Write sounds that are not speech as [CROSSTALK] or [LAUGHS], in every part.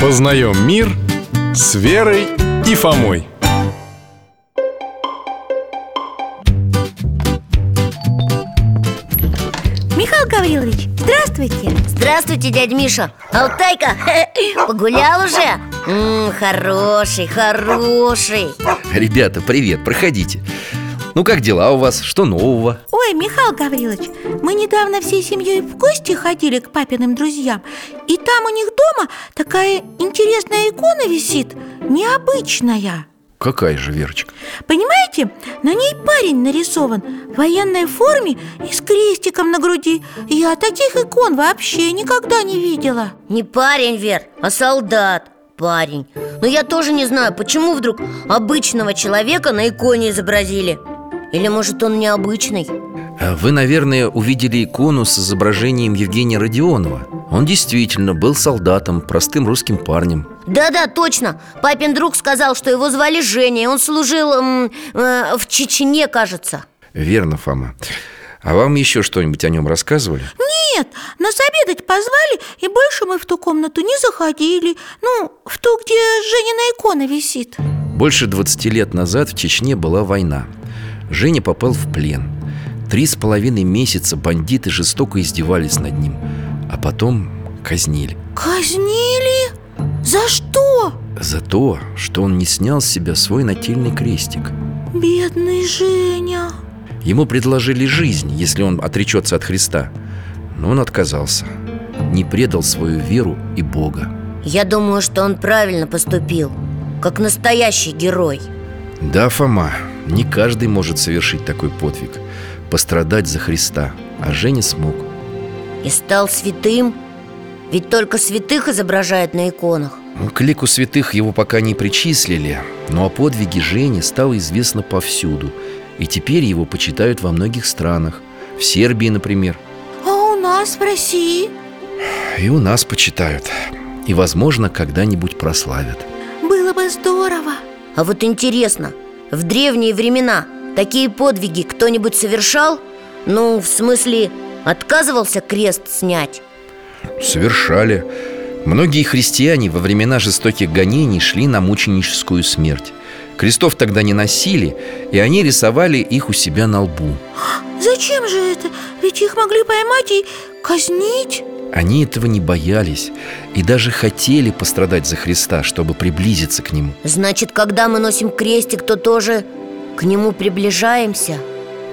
Познаем мир с Верой и Фомой. Михаил Гаврилович, здравствуйте Здравствуйте, дядь Миша Алтайка, [LAUGHS] погулял уже? М, хороший, хороший Ребята, привет, проходите Ну как дела у вас? Что нового? Ой, Михаил Гаврилович, мы недавно всей семьей в гости ходили к папиным друзьям И там у них дома такая интересная икона висит, необычная Какая же, Верочка? Понимаете, на ней парень нарисован в военной форме и с крестиком на груди Я таких икон вообще никогда не видела Не парень, Вер, а солдат Парень Но я тоже не знаю, почему вдруг обычного человека на иконе изобразили Или может он необычный? Э, Вы, наверное, увидели икону с изображением Евгения Родионова Он действительно был солдатом, простым русским парнем Да-да, точно Папин друг сказал, что его звали Женя и Он служил м, э, в Чечне, кажется Верно, Фома А вам еще что-нибудь о нем рассказывали? Нет, нас обедать позвали, и больше мы в ту комнату не заходили Ну, в ту, где Женина икона висит Больше 20 лет назад в Чечне была война Женя попал в плен Три с половиной месяца бандиты жестоко издевались над ним А потом казнили Казнили? За что? За то, что он не снял с себя свой нательный крестик Бедный Женя Ему предложили жизнь, если он отречется от Христа Но он отказался Не предал свою веру и Бога Я думаю, что он правильно поступил Как настоящий герой Да, Фома, не каждый может совершить такой подвиг Пострадать за Христа А Женя смог И стал святым Ведь только святых изображают на иконах Ну, К лику святых его пока не причислили Но о подвиге Жени стало известно повсюду И теперь его почитают во многих странах В Сербии, например А у нас в России И у нас почитают И, возможно, когда-нибудь прославят было бы здорово А вот интересно, в древние времена такие подвиги кто-нибудь совершал? Ну, в смысле, отказывался крест снять? Совершали. Многие христиане во времена жестоких гонений шли на мученическую смерть. Крестов тогда не носили, и они рисовали их у себя на лбу. Зачем же это? Ведь их могли поймать и казнить Они этого не боялись и даже хотели пострадать за Христа, чтобы приблизиться к Нему. Значит, когда мы носим крестик, то тоже к нему приближаемся?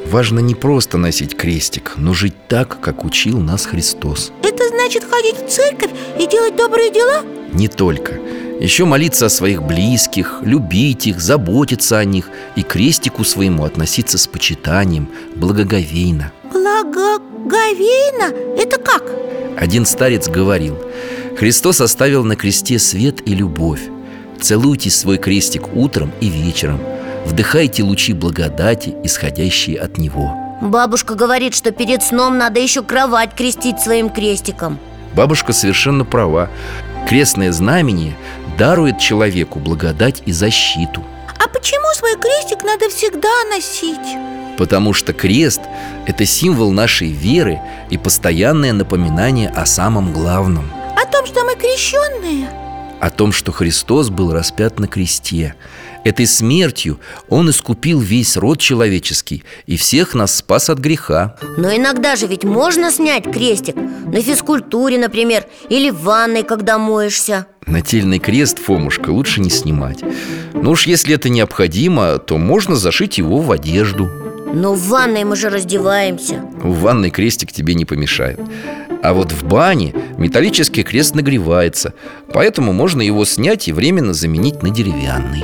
Важно не просто носить крестик, но жить так, как учил нас Христос. Это значит ходить в церковь и делать добрые дела? Не только. Еще молиться о своих близких, любить их, заботиться о них и к крестику своему относиться с почитанием, благоговейно. Благоговейно? Это как? Один старец говорил, Христос оставил на кресте свет и любовь. Целуйте свой крестик утром и вечером. Вдыхайте лучи благодати, исходящие от Него. Бабушка говорит, что перед сном надо еще кровать крестить своим крестиком Бабушка совершенно права. Крестное знамение дарует человеку благодать и защиту, А почему свой крестик надо всегда носить? потому что крест – это символ нашей веры и постоянное напоминание о самом главном – О том, что мы крещенные? о том, что Христос был распят на кресте. Этой смертью Он искупил весь род человеческий и всех нас спас от греха. Но иногда же ведь можно снять крестик На физкультуре, например, или в ванной, когда моешься Нательный крест, Фомушка, лучше не снимать. Но уж если это необходимо, то можно зашить его в одежду. Но в ванной мы же раздеваемся В ванной крестик тебе не помешает. А вот в бане металлический крест нагревается, поэтому можно его снять и временно заменить на деревянный.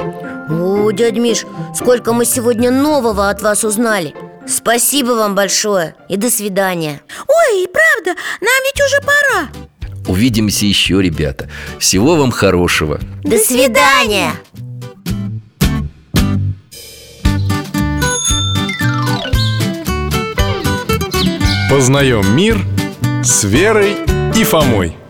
О, дядь Миш, сколько мы сегодня нового от вас узнали Спасибо вам большое и до свидания Ой, и правда, нам ведь уже пора Увидимся еще, ребята. Всего вам хорошего. До свидания! Познаем мир с Верой и Фомой.